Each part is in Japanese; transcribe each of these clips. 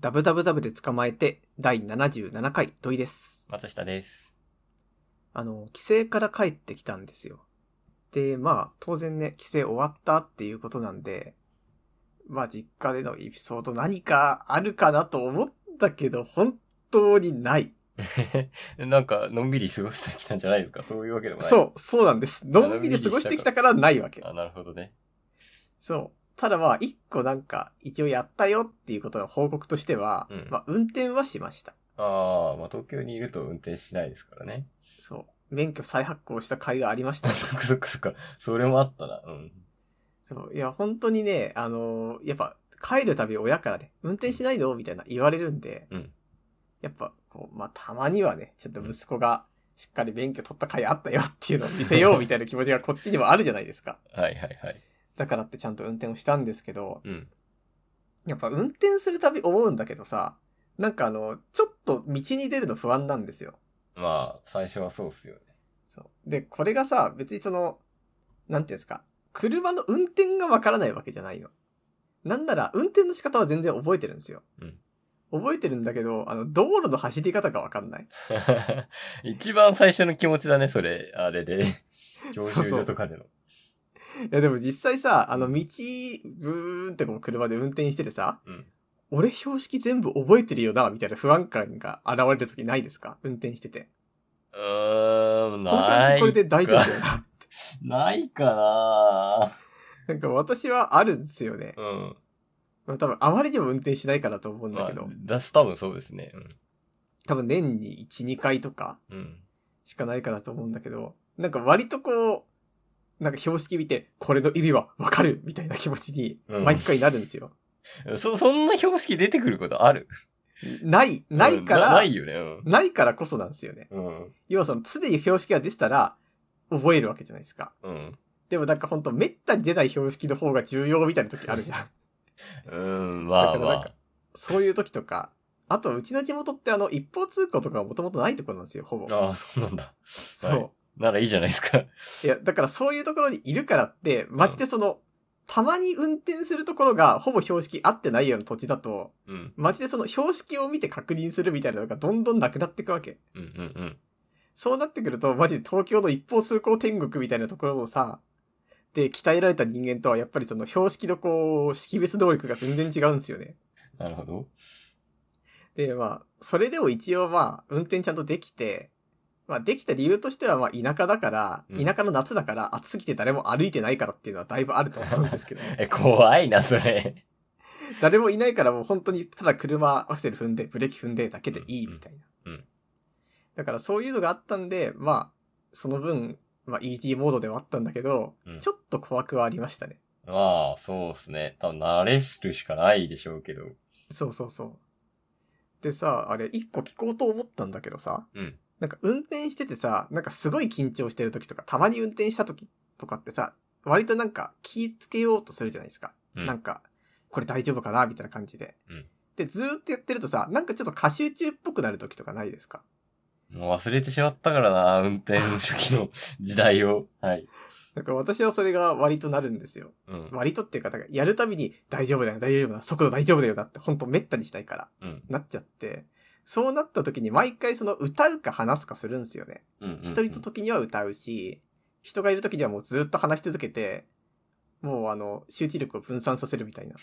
ダブダブダブで捕まえて第77回問いです。松下です。 あの、帰省から帰ってきたんですよ。で、まあ、当然ね、帰省終わったっていうことなんで、まあ、実家でのエピソード何かあるかなと思ったけど、本当にない。なんか、のんびり過ごしてきたんじゃないですかそういうわけでもない。う。そう、そうなんです。のんびり過ごしてきたからないわけ。あ、なるほどね。そう。ただまあ、一個なんか、一応やったよっていうことの報告としては、うんまあ、運転はしました。ああ、まあ、東京にいると運転しないですからね。 そう。免許再発行した甲斐がありましたあ、。そっかそっかそっか。それもあったな。うん。そう。いや、本当にね、あのーやっぱ、帰るたび親からね、運転しないのみたいな言われるんで、うんやっぱ、こう、まあ、たまにはね、ちょっと息子が、しっかり免許取った甲斐あったよっていうのを見せようみたいな気持ちがこっちにもあるじゃないですか。はいはいはい。だからってちゃんと運転をしたんですけど、うん。やっぱ運転するたび思うんだけどさ、なんかあの、ちょっと道に出るの不安なんですよ。まあ、最初はそうっすよね。そう。で、これがさ、別にその、なんていうんですか、車の運転がわからないわけじゃないの。なんなら、運転の仕方は全然覚えてるんですよ。うん覚えてるんだけど、あの、道路の走り方がわかんない。 一番最初の気持ちだね、それ。あ れで。教習所とかでの。いや、でも実際さ、あの、道、ブーンってこう車で運転しててさ、うん。俺標識全部覚えてるよな、みたいな不安感が現れる時ないですか運転してて。うーん、このな標い。識これで大丈夫だよな。ないかななんか私はあるんですよね。うん。まあ多分あまりにも運転しないからと思うんだまあけど、、だす、多分そうですね。多分年に1、2回とかうん。うん。しかないからと思うんだけど、なんか割とこう、なんか標識見て、これの意味はわかるみたいな気持ちに、うん毎回なるんですよ。そ、そんな標識出てくることあるない、ないから、うんななないよね。うんいからこそなんですよね。うん。要はその常に標識が出てたら、覚えるわけじゃないですか。うん。でもなんかほんとめったに出ない標識の方が重要みたいな時あるじ ゃん。うん、まだあかまらなんあか。そういう時とか、あとうちの地元ってあの一方通行とかはもともとないところなんですよ、ほぼ。ああ、そうなんだ。そう。はいならいいじゃないですか。いや、だからそういうところにいるからって、マジでその、たまに運転するところがほぼ標識合ってないような土地だと、うん。マジでその標識を見て確認するみたいなのがどんどんなくなっていくわけ。うんうんそうなってくると、マジで東京の一方通行天国みたいなところをさ、で、鍛えられた人間とはやっぱりその標識のこう、識別能力が全然違うんですよね。うん。なるほど。で、まあ、それでも一応まあ、運転ちゃんとできて、まあ、できた理由としては、まあ、田舎だから、うん田舎の夏だから、暑すぎて誰も歩いてないからっていうのはだいぶあると思うんですけど、 え、怖いな、それ。誰もいないからもう本当に、ただ車、アクセル踏んで、ブレーキ踏んでだけでいいみたいな。うんうんだからそういうのがあったんで、まあ、その分、まあ、ET モードではあったんだけど、うんちょっと怖くはありましたね。まあ、そうっすね。多分慣れるしかないでしょうけど。そうそうそう。でさ、あれ、一個聞こうと思ったんだけどさ、うん。なんか運転しててさ、なんかすごい緊張してる時とか、たまに運転した時とかってさ、割となんか気ぃつけようとするじゃないですか。うんなんか、これ大丈夫かなみたいな感じで。うんで、ずーっとやってるとさ、なんかちょっと過集中っぽくなる時とかないですかもう忘れてしまったからな、運転初期の時代 を。はい。なんか私はそれが割となるんですよ。うん。割とっていうか、なんかやるたびに大丈夫だよ、大丈夫だ、速度大丈夫だよだって、ほんとめったにしたいから、うん。なっちゃって。そうなった時に毎回その歌うか話すかするんですよね。うんうんうん。一人の時には歌うし、人がいる時にはもうずっと話し続けて、もうあの、集中力を分散させるみたい な。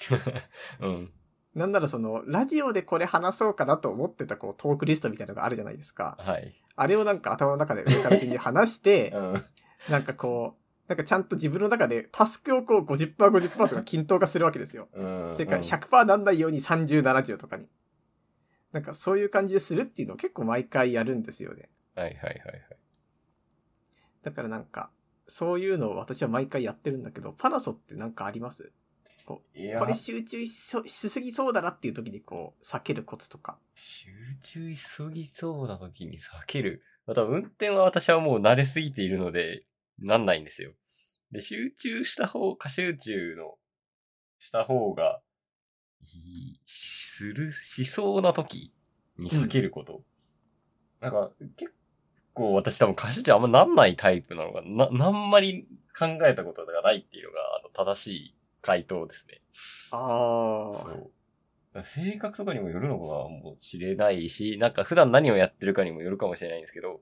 うん。なんならその、ラジオでこれ話そうかなと思ってたこう、トークリストみたいなのがあるじゃないですか。はい。あれをなんか頭の中で上から順に話して う、ん。なんかこう、なんかちゃんと自分の中でタスクをこう50%、50%とか均等化するわけですよ。うん。世界100%なんないように30、70とかに。なんかそういう感じでするっていうのを結構毎回やるんですよね。はいはいはいはい。だからなんか、そういうのを私は毎回やってるんだけど、パナソってなんかありますいやこれ集中しそしすぎそうだなっていう時にこう、避けるコツとか。集中しすぎそうな時に避ける。また運転は私はもう慣れすぎているので、なんないんですよ。で、集中した方、過集中の、した方が、いい、する、しそうな時に避けること。なんか、結構私多分過集中あんまなんないタイプなのが、な、なんまり考えたことがないっていうのが、あの、正しい回答ですね。ああ、そう。だから性格とかにもよるのかもしれないし、なんか普段何をやってるかにもよるかもしれないんですけど、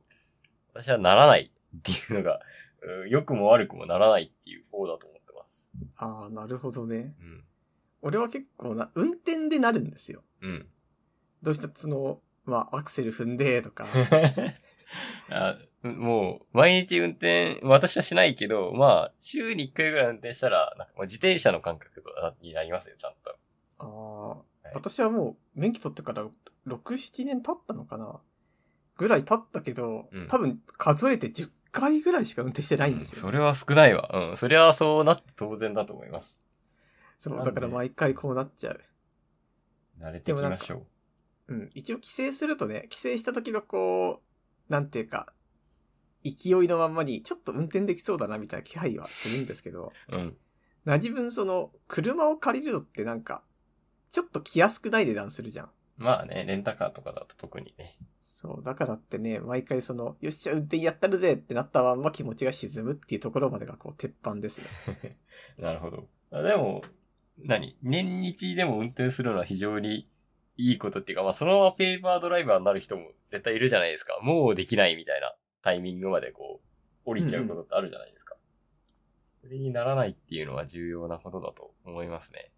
私はならないっていうのが、うん良くも悪くもならないっていう方だと思ってます。ああ、なるほどね。うん。俺は結構な、運転でなるんですよ。うん。どうしたらその、まあ、アクセル踏んで、とか。 あもう、毎日運転、私はしないけど、まあ、週に1回ぐらい運転したら、なんかもう自転車の感覚になりますよ、ちゃんと。ああ、私はもう、免許取ってから6、7年経ったのかなぐらい経ったけど、うん多分数えて10回ぐらいしか運転してないんですよ。うんそれは少ないわ。うん。それはそうなって当然だと思います。そう、なんだでから毎回こうなっちゃう。慣れていきましょう。うん。一応帰省するとね、帰省した時のこう、なんていうか、勢いのまんまに、ちょっと運転できそうだなみたいな気配はするんですけ ど、うん。何分その、車を借りるのってなんか、ちょっと気安くない値段するじゃん。まあね、レンタカーとかだと特にね。そう、だからってね、毎回その、よっしゃ、運転やったるぜってなったまんま気持ちが沈むっていうところまでがこう、鉄板ですよ。なるほど。あでも、何年日でも運転するのは非常にいいことっていうか、まあそのままペーパードライバーになる人も絶対いるじゃないですか。もうできないみたいなタイミングまでこう、降りちゃうことってあるじゃないですか。それにならないっていうのは重要なことだと思いますね。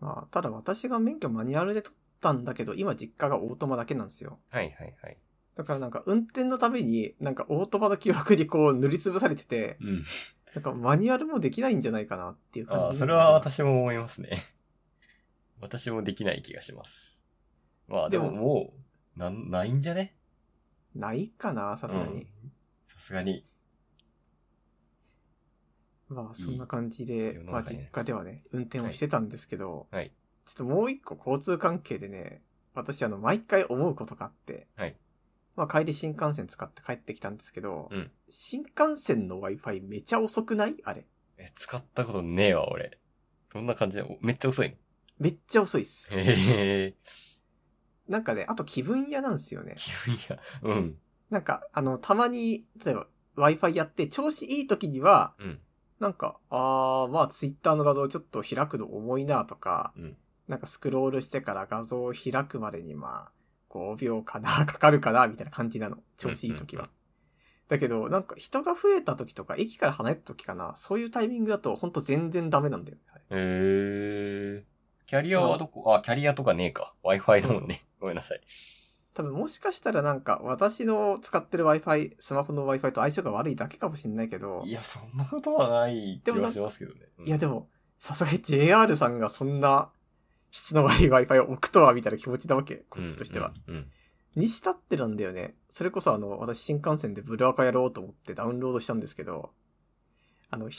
まあ、ただ私が免許マニュアルで取ったんだけど、今実家がオートマだけなんですよ。はいはいはい。だからなんか運転のために、なんかオートマの記憶にこう塗りつぶされてて、うん。なんかマニュアルもできないんじゃないかなっていう感じ。ああ、それは。私も思いますね。 私もできない気がします。まあでもでもう、なん、ないんじゃねないかな、さすがうんに。さすがに。まあ、そんな感じで世、のまあ中実になります家ではね、運転をしてたんですけど、はいはいちょっともう一個交通関係でね、私あの、毎回思うことがあって、はいまあ帰り新幹線使って帰ってきたんですけど、うん新幹線の Wi-Fi めちゃ遅くないあれ。え、使ったことねえわ、俺。どんな感じだおめっちゃ遅いの。めっちゃ遅いっす。へえ。なんかね、あと気分屋なんですよね。気分や。 うん。なんか、あの、たまに、例えば Wi-Fi やって、調子いい時には、うん。なんか、あー、まあ Twitter の画像ちょっと開くの重いなとか、うんなんかスクロールしてから画像を開くまでにまあ、5秒かな、かかるかな、みたいな感じなの。調子いい時は。うんうんだけど、なんか人が増えた時とか、駅から離れた時かな、そういうタイミングだと、ほんと全然ダメなんだよね。へえ。キャリアはどこあ、キャリアとかねえか。Wi-Fi だもんね。ごめんなさい。多分もしかしたらなんか、私の使ってる Wi-Fi、スマホの Wi-Fi と相性が悪いだけかもしれないけど、いや、そんなことはない気はしますけどね。いやででも、さすがに JR さんがそんな質の悪い Wi-Fi を置くとは、みたいな気持ちなわけ、こっちとしては。。うんうん。にしたってなんだよね。それこそあの、私新幹線でブルアカやろうと思ってダウンロードしたんですけど、あの、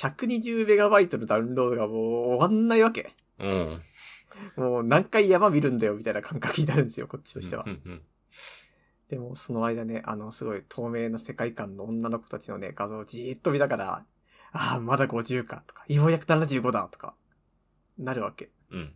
120MB のダウンロードがもう終わんないわけ。うん。うんもう何回山見るんだよ、みたいな感覚になるんですよ、こっちとしてはう。んうん。でも、その間ね、あの、すごい透明な世界観の女の子たちのね、画像をじーっと見ながら、ああ、まだ50か、とか、ようやく75だ、とか、なるわけ。うん。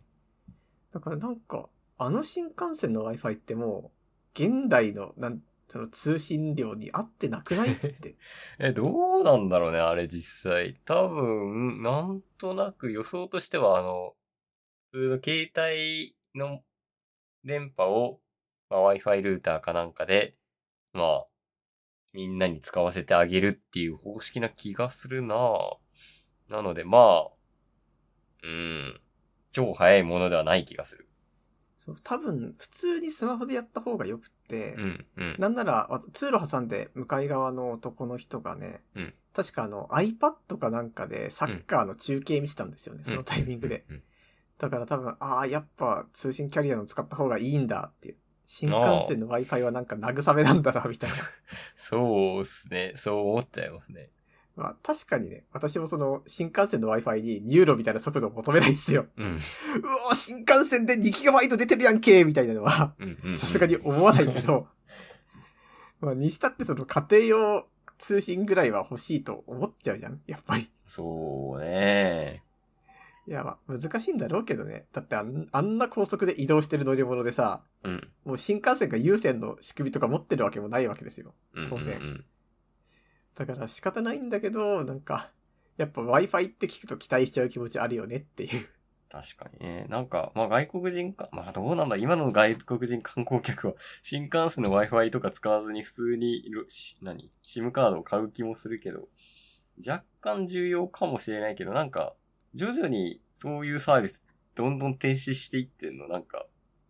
だからなんか、あの新幹線の Wi-Fi ってもう、現代の、なん、その通信量に合ってなくない って。え、どうなんだろうね、あれ実際。多分、なんとなく予想としては、あの、普通の携帯の電波を、まあ、Wi-Fi ルーターかなんかで、まあ、みんなに使わせてあげるっていう方式な気がするなぁなので、まあ、うん、超早いものではない気がする。そう多分、普通にスマホでやった方がよくって、うん、うん。なんなら、わ通路挟んで向かい側の男の人がね、うん確かあの iPad かなんかでサッカーの中継見てたんですよね、そのタイミングで。うん。うんだから多分、ああ、やっぱ通信キャリアの使った方がいいんだっていう。新幹線の Wi-Fi はなんか慰めなんだな、みたいな。そうっすね。そう思っちゃいますね。まあ確かにね、私もその新幹線の Wi-Fi にニューロみたいな速度を求めないんですよ。 うん。うおー新幹線で 2GB 出てるやんけみたいなのは、うんうんうんさすがに思わないけど、まあにしたってその家庭用通信ぐらいは欲しいと思っちゃうじゃん、やっぱり。そうね。いやまあ難しいんだろうけどね。だってあんあんな高速で移動してる乗り物でさ、うん。もう新幹線が優先の仕組みとか持ってるわけもないわけですよ。当然うんうんうんだから仕方ないんだけど、なんか、やっぱ Wi-Fi って聞くと期待しちゃう気持ちあるよねっていう。確かにね。なんか、まあ外国人か、まあどうなんだ、今の外国人観光客は、新幹線の Wi-Fi とか使わずに普通にろ、し何 ?SIM カードを買う気もするけど、若干重要かもしれないけど、なんか、徐々にそういうサービス、どんどん停止していってんの、なんか、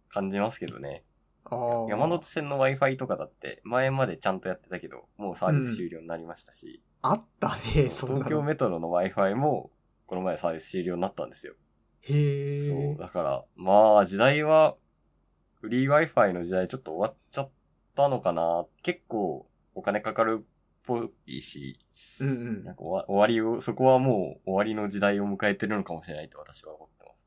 感じますけどね。ああ。山手線の Wi-Fi とかだって、前までちゃんとやってたけど、もうサービス終了になりましたし、あったね、そんな東京の。メトロの Wi-Fi も、この前サービス終了になったんですよ。へえ。そう、だから、まあ、時代は、フリー Wi-Fi の時代ちょっと終わっちゃったのかな。結構、お金かかるっぽいし、うんうんなん。か終わ終わりを、そこはもう終わりの時代を迎えてるのかもしれないと私は思ってます。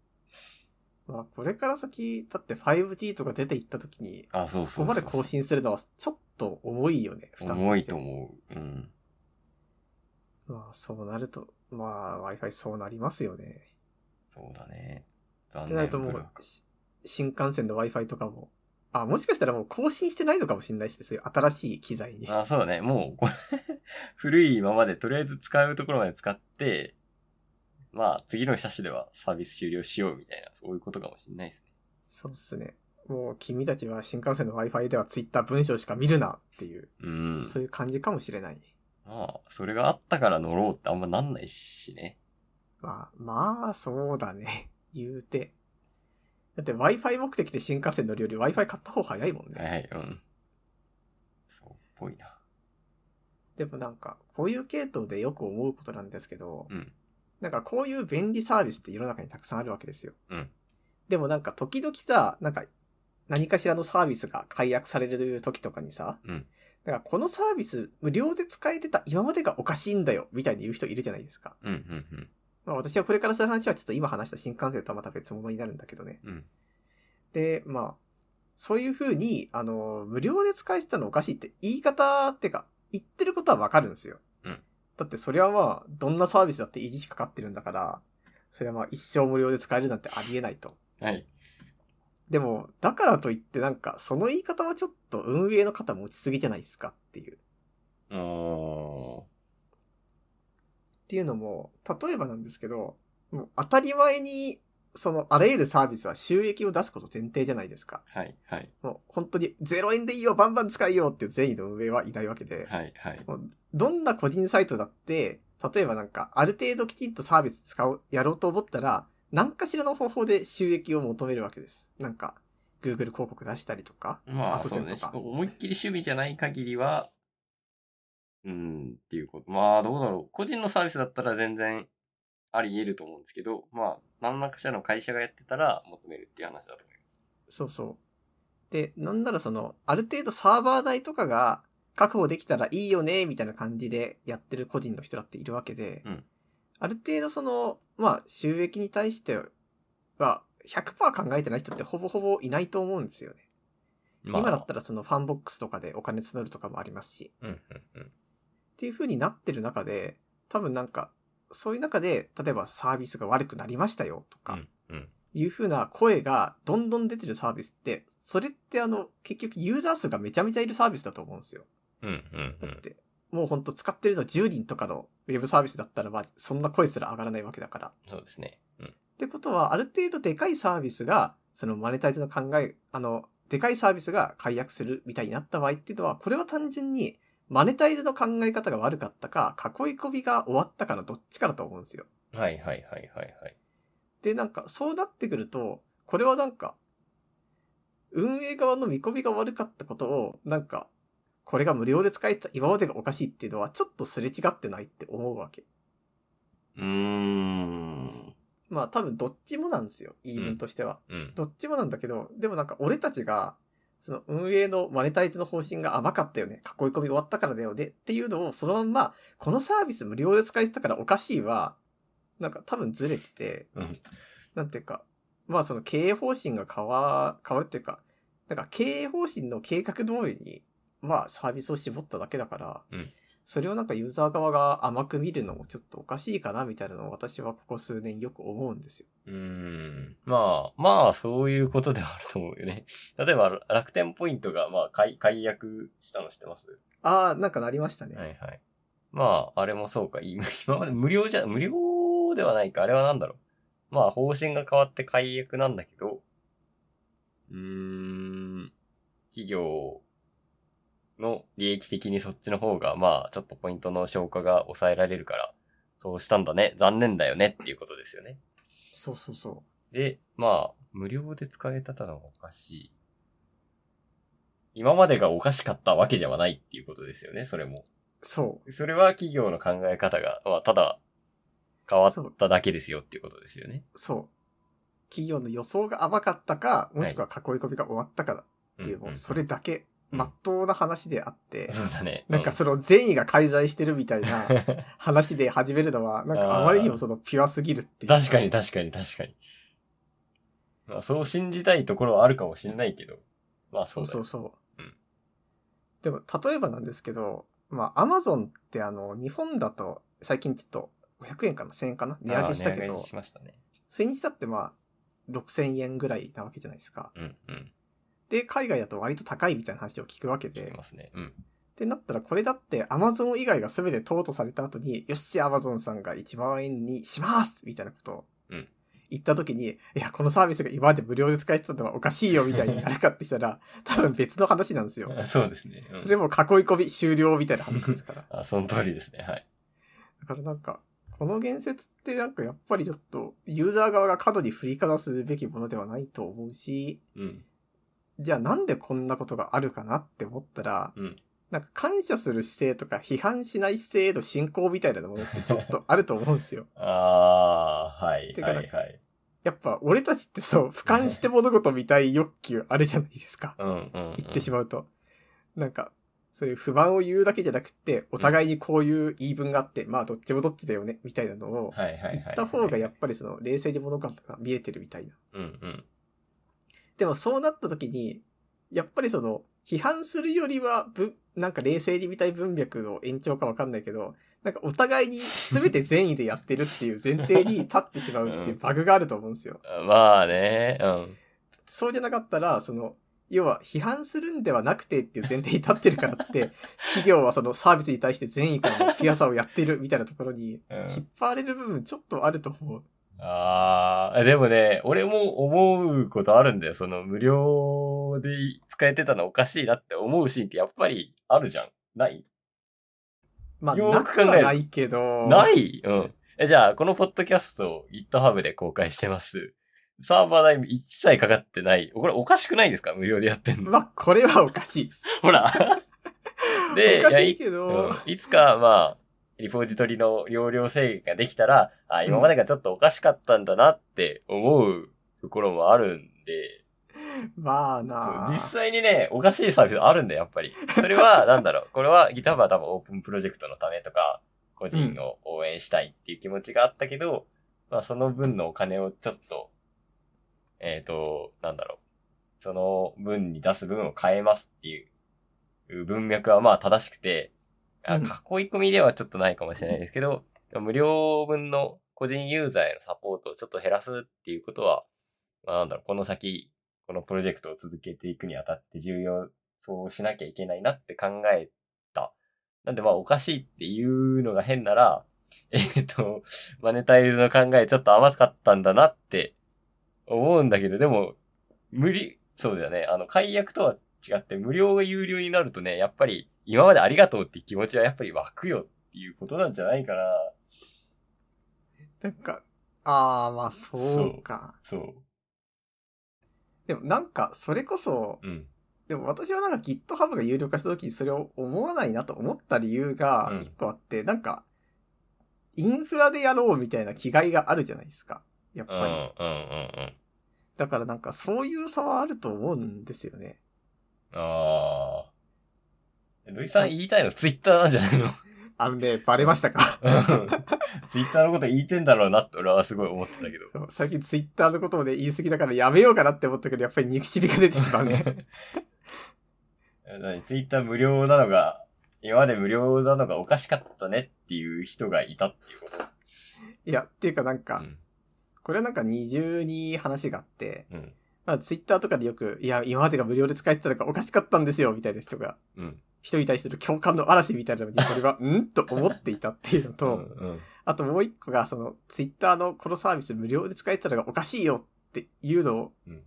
まあ、これから先、だって 5G とか出ていった時に、あ、そうそうそこまで更新するのはちょっと重いよね、負担重いとう。思う。うん。まあ、そうなると、まあ、Wi-Fi そうなりますよね。そうだね。残ってなるともブルうー、し新幹線の Wi-Fi とかも、あ、もしかしたらもう更新してないのかもしれないし、そういう新しい機材に。あ、そうだね。もうこれ 古いままでとりあえず使うところまで使って、まあ、次の車種ではサービス終了しようみたいな、そういうことかもしれないですね。そうですね。もう君たちは新幹線の Wi-Fi では Twitter 文章しか見るなっていう、うん。そういう感じかもしれない。まあ、それがあったから乗ろうってあんまなんないしね。まあ、まあ、そうだね。 言うて。だって Wi-Fi 目的で新幹線乗るより Wi-Fi 買った方が早いもんはいね。はい、うん。そうっぽいな。でもなんか、こういう系統でよく思うことなんですけど、うん。なんかこういう便利サービスって世の中にたくさんあるわけですよ。うん。でもなんか時々さ、なんか何かしらのサービスが解約される時とかにさ、うんなんかこのサービス無料で使えてた今までがおかしいんだよみたいに言う人いるじゃないですか。うん、うん、まあ私はこれからする話はちょっと今話した新幹線とはまた別物になるんだけどね。うん。うん。で、まあ、そういう風に、あの、無料で使えてたのおかしいって言い方ってか、言ってることはわかるんですよ。うんだってそれはまあ、どんなサービスだって維持費かかってるんだから、それはまあ一生無料で使えるなんてありえないと。はい。でも、だからといってなんか、その言い方はちょっと運営の方持ちすぎじゃないですかっていう。っうーん。ていうのも、例えばなんですけど、もう当たり前に、そのあらゆるサービスは収益を出すこと前提じゃないですか。はい、はい、もう本当に0円でいいよ、バンバン使いようっていう善意の運営はいないわけで、はい、はい。どんな個人サイトだって、例えばなんか、ある程度きちんとサービス使おう、やろうと思ったら、何かしらの方法で収益を求めるわけです。なんか、Google 広告出したりとか、まあ、後そう線ねと。か思いっきり趣味じゃない限りは、うん、っていうこと。まあ、どうだろう。個人のサービスだったら全然あり得ると思うんですけど、まあ、何らかしらの会社がやってたら求めるっていう話だと思いそうそう。で、なんならその、ある程度サーバー代とかが確保できたらいいよね、みたいな感じでやってる個人の人だっているわけで、うんある程度その、まあ、収益に対しては、100%考えてない人ってほぼほぼいないと思うんですよね。ます。今だったらそのファンボックスとかでお金募るとかもありますし、うん、うん、うん。っていう風になってる中で、多分なんか、そういう中で、例えばサービスが悪くなりましたよとか、うん。いう風な声がどんどん出てるサービスって、それってあの、結局ユーザー数がめちゃめちゃいるサービスだと思うんですよ。うん、うん、うだっん。て、もうほんと使ってるの10人とかのウェブサービスだったら、まあ、そんな声すら上がらないわけだから。そうですね。うん。ってことは、ある程度でかいサービスが、そのマネタイズの考え、あの、でかいサービスが解約するみたいになった場合っていうのは、これは単純に、マネタイズの考え方が悪かったか、囲い込みが終わったかのどっちかだと思うんですよ。はいはいはいはいはい。で、なんか、そうなってくると、これはなんか、運営側の見込みが悪かったことを、なんか、これが無料で使えた今までがおかしいっていうのは、ちょっとすれ違ってないって思うわけ。うーん。まあ多分どっちもなんですよ、言い分としては。うん。どっちもなんだけど、でもなんか俺たちが、その運営のマネタイズの方針が甘かったよね。囲い込み終わったからだよね。っていうのをそのまんま、このサービス無料で使えてたからおかしいは、なんか多分ずれてて、うんなんていうか、まあその経営方針が変わ、変わるっていうか、なんか経営方針の計画通りに、まあサービスを絞っただけだから、うんそれをなんかユーザー側が甘く見るのもちょっとおかしいかなみたいなのを私はここ数年よく思うんですよ。うーん。まあ、まあ、そういうことではあると思うよね。例えば、楽天ポイントが、まあ、解、解約したの知ってますああ、なんかなりましたね。はいはい。 まあ、あれもそうか。今今まで無料じゃ、無料ではないか。あれはなんだろう。まあ方針が変わって解約なんだけど、うーん、企業の利益的にそっちの方が、まあちょっとポイントの消化が抑えられるから、そうしたんだね、残念だよねっていうことですよね。そうそうそで、まあ、無料で使えたのはおかしい。今までがおかしかったわけじゃないっていうことですよね、それも。う。そう。それは企業の考え方が、まあ、ただ、変わっただけですよっていうことですよね。そう。企業の予想が甘かったか、もしくは囲い込みが終わったかだっていう、んもんうそれだけ、うんまっとうな話であって、そうだね。なんかうその善意が介在してるみたいな 確話で始めるの は、なんかあまりにもそのピュアすぎるっていう。かに。確かに確かに。まあ、そう信じたいところはあるかもしれないけど。まあ、そそううだそようそう。うんでも、例えばなんですけど、まあ、アマゾンってあの、日本だと最近ちょっと500円かな ?1000 円かな値上げしたあー値け上げど、しましたね。それにしたってまあ、6000円ぐらいなわけじゃないですか。うんうん。で、海外だと割と高いみたいな話を聞くわけしてで。ますね。うん。ってなったら、これだってアマゾン以外が全て淘汰された後に、よし、アマゾンさんが1万円にしますみたいなことをうん言った時に、いや、このサービスが今まで無料で使えてたのはおかしいよみたいになるかってした ら、多分別の話なんですよ。そうですね。うんそれも囲い込み終了みたいな話ですから。あ、その通りですね。はい。だからなんか、この言説ってなんかやっぱりちょっとユーザー側が過度に振りかざすべきものではないと思うし、うん。じゃあなんでこんなことがあるかなって思ったら、うんなんか感謝する姿勢とか批判しない姿勢への進行みたいな ものってちょっとあると思うんですよ。ああ、はい、てかは、ないんかはい。やっぱ俺たちってそう、俯瞰して物事見たい欲求あるじゃないですか。うん、うんうん。言ってしまうと。なんか、そういう不満を言うだけじゃなくて、お互いにこういう言い分があって、まあどっちもどっちだよね、みたいなのを、はい、はい、は言い。った方がやっぱりその冷静に物事が見えてるみたいな。うん、うん。でもそうなった時に、やっぱりその、批判するよりは、ぶ、なんか冷静に見たい文脈の延長かわかんないけど、なんかお互いに全て善意でやってるっていう前提に立ってしまうっていうバグがあると思うんですよ。まあね、うん。そうじゃなかったら、その、要は批判するんではなくてっていう前提に立ってるから って、企業はそのサービスに対して善意からのピアさをやってるみたいなところに、うん引っ張れる部分ちょっとあると思う。ああ、でもね、俺も思うことあるんだよ。その無料で使えてたのおかしいなって思うシーンってやっぱりあるじゃん。ないまあ、よーなくく考えるはないけど。ないうん。え、じゃあ、このポッドキャストを GitHub で公開してます。サーバー代一切かかってない。これおかしくないですか無料でやってんの。まあ、これはおかしいです。ほら。でおかしいけうどん、いつか、まあ、リポジトリの容量制限ができたら、あ、今までがちょっとおかしかったんだなって思うところもあるんで、まあそなう実際にね、おかしいサービスあるんだよ、やっぱり。そ れは、なんだろう、これは GitHub は多分オープンプロジェクトのためとか、個人を応援したいっていう気持ちがあったけど、まあその分のお金をちょっと、えっ、と、なんだろう、その分に出す分を変えますっていう文脈はまあ正しくて、あ囲うんい込みではちょっとないかもしれないですけど、無料分の個人ユーザーへのサポートをちょっと減らすっていうことは、まあなんだろう、この先、このプロジェクトを続けていくにあたって重要、そうしなきゃいけないなって考えた。なんでまあおかしいっていうのが変なら、 えっ、と、マネタイズの考えちょっと甘かったんだなって思うんだけど、でも、無理、そうだよね。あの、解約とは違って無料が有料になるとね、やっぱり今までありがとうって気持ちはやっぱり湧くよっていうことなんじゃないかな。なんか、ああ、まあそうか。そう。でもなんか、それこそ、うん。でも私はなんか GitHub が有料化した時にそれを思わないなと思った理由がうん一個あって、なんか、インフラでやろうみたいな気概があるじゃないですか。やっうん、うぱん、うり。ん、うん。だからなんかそういう差はあると思うんですよね。ああ。土井さん言いたいのツイッターなんじゃ ないのあのね、バレましたかツイッターのこと言いてんだろうなって俺はすごい思ってたけど。そう最近 Twitter のことをね、言い過ぎだからやめようかなって思ったけど、やっぱり憎しみが出てしまうね。 何ツイッター無料なのが、今まで無料なのがおかしかったねっていう人がいたっていうこと。いや、っていうかなんか、うんこれはなんか二重に話があって、うん。まあ、ツイッターとかでよく、いや、今までが無料で使えてたのがおかしかったんですよ、みたいな人が、うん。 人に対する共感の嵐みたいなのに、これは、んと思っていたっていうのうと、ん。あともう一個が、その、ツイッターのこのサービス無料で使えてたのがおかしいよっていうのを、うん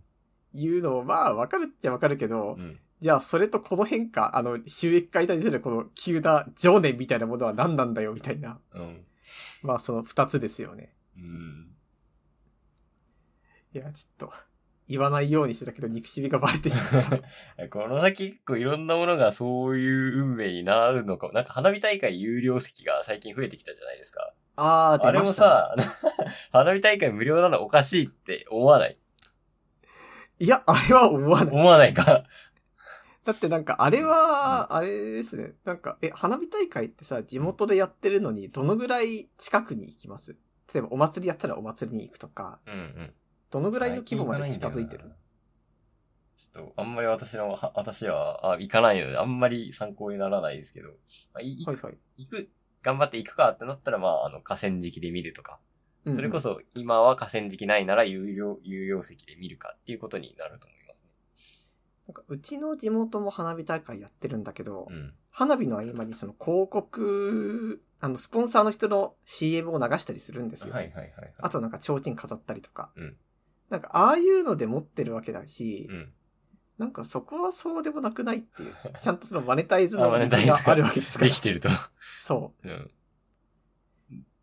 言うのも、まあ、わかるっちゃわかるけど、うん。じゃあ、それとこの変化、あの、収益化に対するこの急な情念みたいなものは何なんだよ、みたいな。うん。まあ、その二つですよね。うん。 いや、ちょっと、言わないようにしてたけど、憎しみがバレてしま った。この先結構いろんなものがそういう運命になるのかも。なんか花火大会有料席が最近増えてきたじゃないですか。あー、あ出れまもしたね、さ、 花火大会無料なのおかしいって思わないいや、あれは思わない。思わないか。だってなんか、あれは、あれですね。なんか、え、花火大会ってさ、地元でやってるのに、どのぐらい近くに行きます例えば、お祭りやったらお祭りに行くとか、うんうん。どのぐらいの規模まで近づいてるちょっと、あんまり私の、は私は、あ、行かないので、あんまり参考にならないですけど、まあ、いはいはい。行く、頑張って行くかってなったら、まあ、あの、河川敷で見るとか、うんそれこそ、今は河川敷ないなら、有料、有料席で見るかっていうことになると思いますね。なんかうちの地元も花火大会やってるんだけど、うん。花火の合間にその広告、あの、スポンサーの人の CM を流したりするんですよ。はいはいはい、はい。あとなんか提灯飾ったりとか。うんなんか、ああいうので持ってるわけだし、うん。なんかそこはそうでもなくないっていう。ちゃんとそのマネタイズあのマネタイズがあるわけですか でらき。てると。そうん。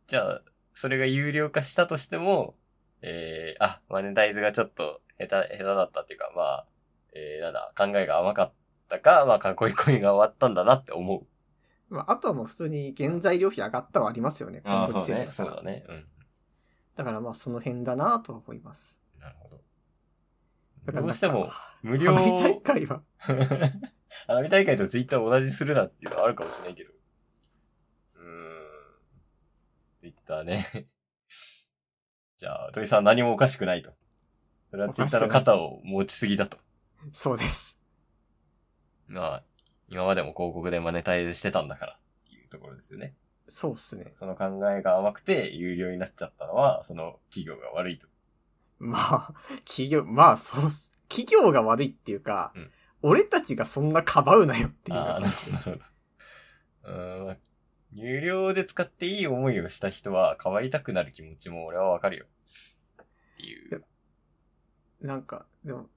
じゃあ、それが有料化したとしても、えー、あ、マネタイズがちょっと下手、下手だったっていうか、まあ、えー、なんだ、考えが甘かったか、まあ、かっこいい恋が終わったんだなって思う。う。まあ、あとはもう普通に原材料費上がったはありますよね。ああ、今後そう強いね。ですかそうらだね。うん。だからまあその辺だなとは思います。なるほだからど。どなうんしてか も、無料、花火大会は、 花火大会とツイッターを同じするなっていうのはあるかもしれないけど。うーん。ツイッターね。 じゃあ、土井さん何もおかしくないと。それはツイッターの肩を持ちすぎだと。そうです。まあ、今までも広告でマネタイズしてたんだからっていうところですよね。そうっすね。その考えが甘くて有料になっちゃったのは、その企業が悪いと。まあ、企業、まあそうっす、企業が悪いっていうか、うん俺たちがそんなかばうなよっていうああ、なるほど、なるほど。うーん。有料で使っていい思いをした人は、可愛いたくなる気持ちも俺はわかるよ。っていう。なんか、でも、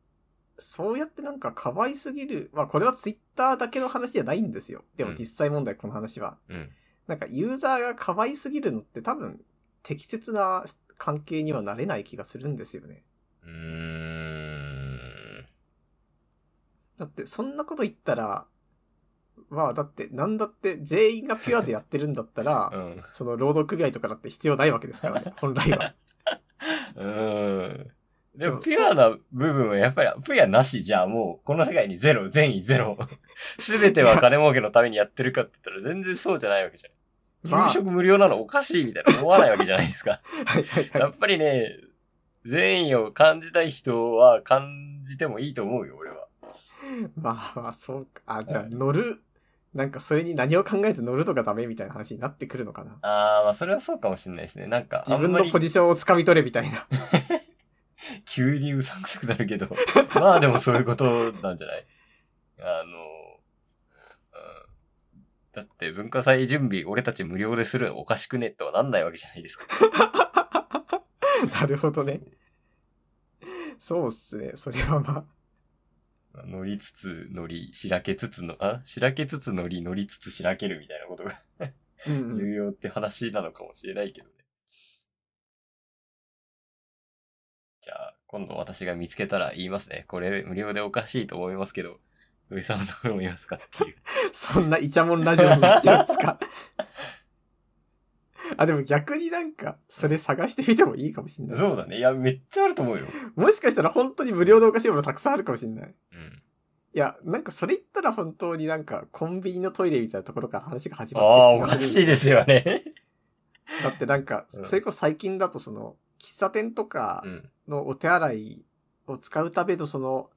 そうやってなんかかわいすぎる。まあこれはツイッターだけの話じゃないんですよ。でも実際問題この話は。うん。なんかユーザーがかわいすぎるのって多分適切な関係にはなれない気がするんですよね。うーん。だってそんなこと言ったら、まあだってなんだって全員がピュアでやってるんだったら、うん。その労働組合とかだって必要ないわけですから ね、本来は。うーん。ででも、もピュアな部分はやっぱり、プヤなしじゃあもう、この世界にゼロ、善意 ゼロ。すべては金儲けのためにやってるかって言ったら全然そうじゃないわけじゃまん。あ給食無料なのおかしいみたいな思わないわけじゃないですか。はいはいはい。やっぱりね、善意を感じたい人は感じてもいいと思うよ、俺は。まあまあ、そうか。あ、じゃあはい乗る、なんかそれに何を考えて乗るとかダメみたいな話になってくるのかな。あー、まあそれはそうかもしれないですね。なんか、あ自ん分まのりポジションを掴み取れみたいな。 急にうさんくさくなるけど、 まあでもそういうことなんじゃないあの、うんだって文化祭準備俺たち無料でするのおかしくねとはなんないわけじゃないですか。なるほど ね。そうっすね。それはまあ。乗りつつ乗り、しらけつつの、あしらけつつ乗り、乗りつつしらけるみたいなことがうんう重ん、要って話なのかもしれないけどね。じゃあ、今度私が見つけたら言いますね。これ無料でおかしいと思いますけど、土井さんはどう思いますかっていう。そんなイチャモンラジオになっちゃうんですか。あ、でも逆になんか、それ探してみてもいいかもしれないです そうだね。いや、めっちゃあると思うよ。もしかしたら本当に無料のおかしいものたくさんあるかもしれない。うん。いや、なんかそれ言ったら本当になんかコンビニのトイレみたいなところから話が始あまってあ、おる気がかるしいですよね。だってなんか、うんそれこそ最近だとその、喫茶店とかうん。のお手洗いを使うためのその、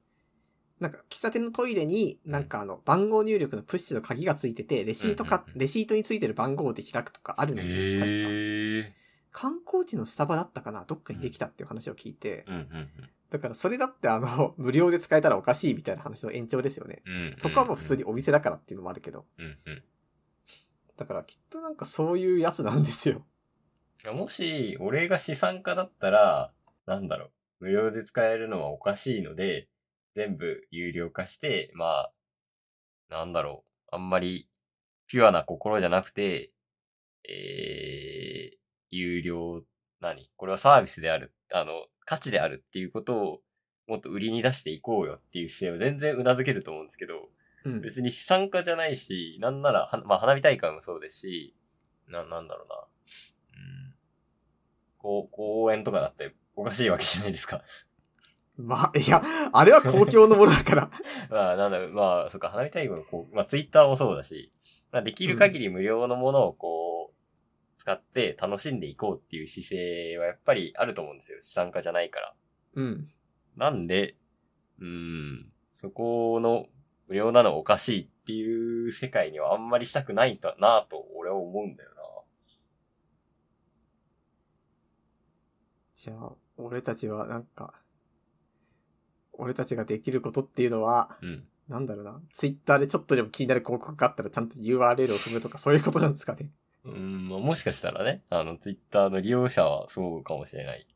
なんか喫茶店のトイレになんかあの番号入力のプッシュの鍵がついてて、レシートうんかうん、うんレシートについてる番号で開くとかあるんですよ。確か。へえ。観光地のスタバだったかなどっかにできたっていう話を聞いて、うんうんだからそれだってあの、無料で使えたらおかしいみたいな話の延長ですよね。うん。うんそこはもう普通に。お店だからっていうのもあるけど。うんうん。だからきっとなんかそういうやつなんですよ。やもし、俺が資産家だったら、なんだろう、無料で使えるのはおかしいので、全部有料化して、まあ、なんだろう、あんまりピュアな心じゃなくて、えー、有料、何これはサービスである、あの、価値であるっていうことを、もっと売りに出していこうよっていう姿勢を全然うなずけると思うんですけど、うん。別に資産家じゃないし、なんなら、はまあ、花火大会もそうですし、な、なんだろうな。うん。こう、公園とかだっておかしいわけじゃないですか。 まあ、いや、あれは公共のものだから。まあ、なんだろう、まあ、そっか、花火大会もこう、まあ、ツイッターもそうだし、まあ、できる限り無料のものをこう、使って楽しんでいこうっていう姿勢はやっぱりあると思うんですよ。資産家じゃないから。うん。なんで、うーん、そこの無料なのおかしいっていう世界にはあんまりしたくないんだなぁと俺は思うんだよじゃあ、俺たちはなんか、俺たちができることっていうのは、な。うん。なんだろうな。ツイッターでちょっとでも気になる広告があったらちゃんと URL を踏むとかそういうことなんですかね。うん、まあもしかしたらね、あの、ツイッターの利用者はそうかもしれない。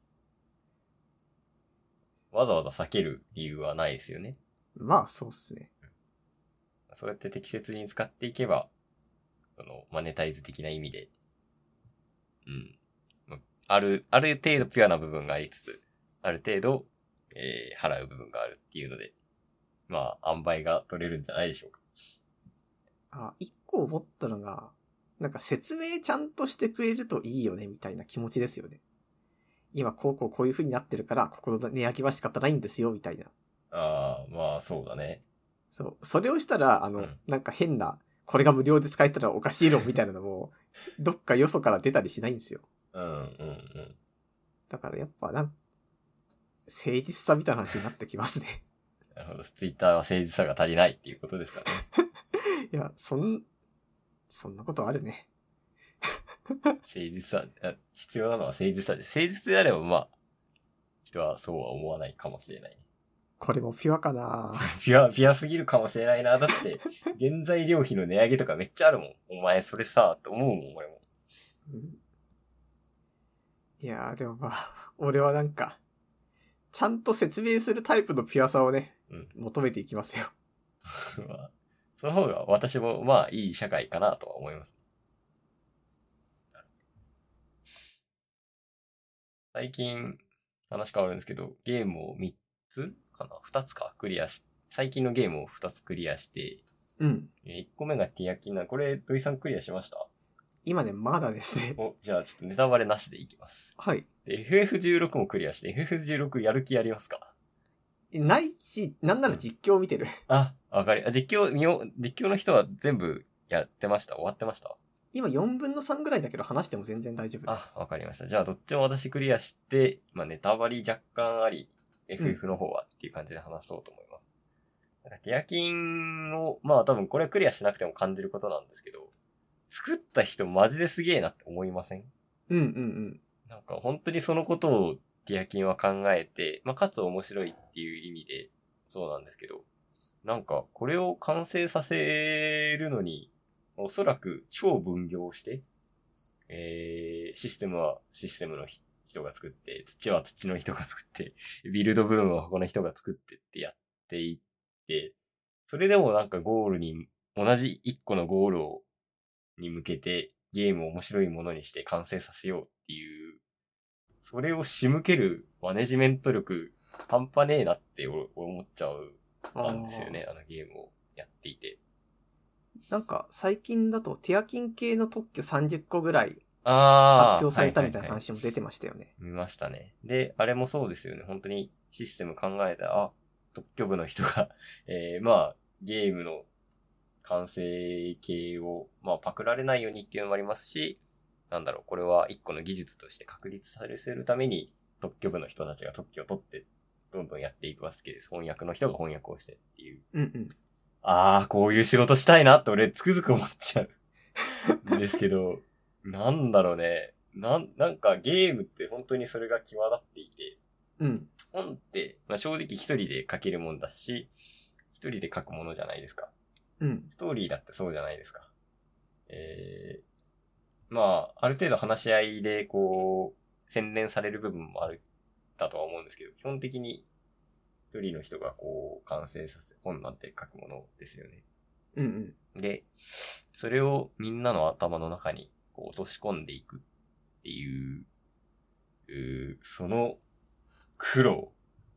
わざわざ避ける理由はないですよね。まあ、そうっすね。そうやって適切に使っていけば、その、マネタイズ的な意味で、うん。まある、ある程度ピュアな部分がありつつ、ある程度、えー払う部分があるっていうので、まあ、塩梅が取れるんじゃないでしょうか。あ、一個思ったのが、なんか説明ちゃんとしてくれるといいよね、みたいな気持ちですよね。今、こうこうこういう風になってるから、ここの値上げは仕方ないんですよ、みたいな。ああ、まあ、そうだね。そう。それをしたら、あの、うんなんか変な、これが無料で使えたらおかしい論みたいなのも、どっかよそから出たりしないんですよ。うん、うん、うん。だからやっぱなん、誠実さみたいな話になってきますね。 なるほど。ツイッターは誠実さが足りないっていうことですかね。 いや、そん、そんなことあるね。誠実さ、あ必要なのは誠実さです。誠実であれば、まあ、人はそうは思わないかもしれない。これもピュアかなピュア、ピュアすぎるかもしれないな。だって、原材料費の値上げとかめっちゃあるもん。お前それさ、と思うもん、俺も。 うんいやー、でもまあ、俺はなんか、ちゃんと説明するタイプのピュアさをね、うん求めていきますよ。まあその方が私も、まあ、いい社会かなとは思います。最近、話変わるんですけど、ゲームを3つかな ?2 つかクリアし、最近のゲームを2つクリアして、うん。 1個目がティアキンな、これ、土井さんクリアしました今ね、まだですね。お、じゃあちょっとネタバレなしでいきます。はい。で、FF16 もクリアして、FF16 やる気ありますかないし、なんなら実況を見てる。あ、わかり、あ、実況、見よう、実況の人は全部やってました終わってました今4分の3ぐらいだけど話しても全然大丈夫であ、す。わかりました。じゃあ、どっちも私クリアして、まあ、ネタバリ若干あり、FF の方はっていう感じで話そうと思います。なんか、ティアキンを、まあ、多分これはクリアしなくても感じることなんですけど、作った人マジですげえなって思いませんうんうんうん。なんか本当にそのことをディアキンは考えて、まあ、かつ面白いっていう意味でそうなんですけど、なんかこれを完成させるのに、おそらく超分業して、えー、システムはシステムのひ人が作って、土は土の人が作って、ビルド部分は他の人が作ってってやっていって、それでもなんかゴールに、同じ一個のゴールを、に向けてゲームを面白いものにして完成させようっていう、それを仕向けるマネジメント力、半端ねえなって俺俺思っちゃうあたーんですよね、あのゲームをやっていて。なんか最近だとテアキン系の特許30個ぐらいあ発表されたみたいな話も出てましたよね。見ましたね。で、あれもそうですよね。本当にシステム考えたら、あ、特許部の人が、 えーまあ、ゲームの完成形を、まあ、パクられないようにっていうのもありますし、なんだろう、これは一個の技術として確立させるために、特許部の人たちが特許を取って、どんどんやっていくわけです。翻訳の人が翻訳をしてっていう。うんうん。ああ、こういう仕事したいなって俺つくづく思っちゃうんですけど、なんだろうね。なん、なんかゲームって本当にそれが際立っていて、うん。本って、まあ、正直一人で書けるもんだし、一人で書くものじゃないですか。うん。ストーリーだってそうじゃないですか。えまあ、ある程度話し合いで、こう、洗練される部分もある、だとは思うんですけど、基本的に、一人の人がこう、完成させ、本なんて書くものですよね。うんうん。で、それをみんなの頭の中にこう落とし込んでいくっていう、うーその苦労、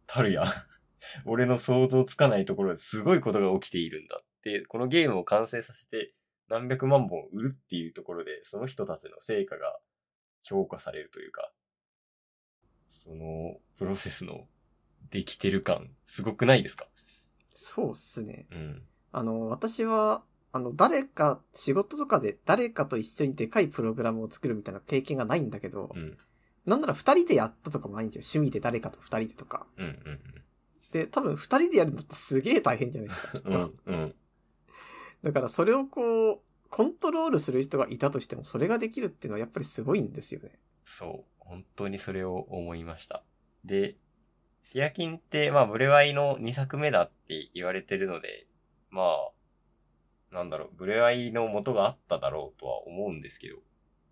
たるや、 俺の想像つかないところですごいことが起きているんだって、このゲームを完成させて何百万本売るっていうところで、その人たちの成果が評価されるというか、そのプロセスのできてる感、すごくないですかそうっすね。うん。あの、私は、あの、誰か、仕事とかで誰かと一緒にでかいプログラムを作るみたいな経験がないんだけど、うん。なんなら二人でやったとかもないんですよ。趣味で誰かと二人でとか。うん。うんで、多分二人でやるのってすげえ大変じゃないです か、きっと。うん。うん。うん。だからそれをこう、コントロールする人がいたとしても、それができるっていうのはやっぱりすごいんですよね。そう。本当にそれを思いました。で、ヒアキンって、まあ、ブレワイの2作目だって言われてるので、まあ、なんだろう、ブレワイの元があっただろうとは思うんですけど、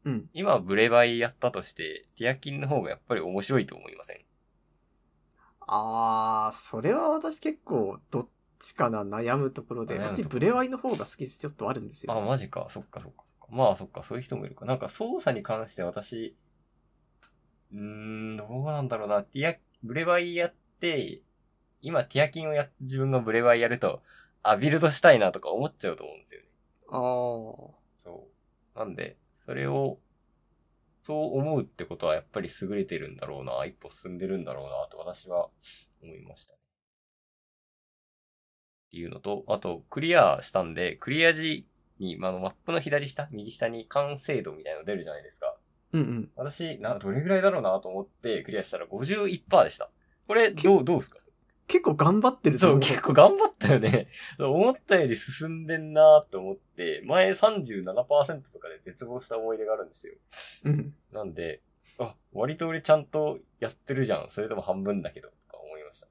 うん。今ブレワイやったとして、ティアキンの方がやっぱり面白いと思いませんあー、それは私結構、どっちかな悩むところで、悩むところ私ブレワイの方が好きですちょっとあるんですよ。あ、マジか。そっかそっかそっか。まあそっか、そういう人もいるか。なんか操作に関して私、うーん、どうなんだろうな。ティア、ブレワイやって、今ティアキンをや、自分がブレワイやると、あ、ビルドしたいなとか思っちゃうと思うんですよね。あー。そう。なんで、それを、そう思うってことはやっぱり優れてるんだろうな、一歩進んでるんだろうな、と私は思いました。っていうのと、あと、クリアしたんで、クリア時に、まああの、マップの左下、右下に完成度みたいなの出るじゃないですか。うんうん。私、な、どれぐらいだろうなと思ってクリアしたら51%でした。これ、どう、どうですか結構頑張ってるとそ思う、結構頑張ったよね。 そう思ったより進んでんなーって思って、前37%とかで絶望した思い出があるんですよ。うん。なんで、あ、割と俺ちゃんとやってるじゃん。それでも半分だけど、とか思いました。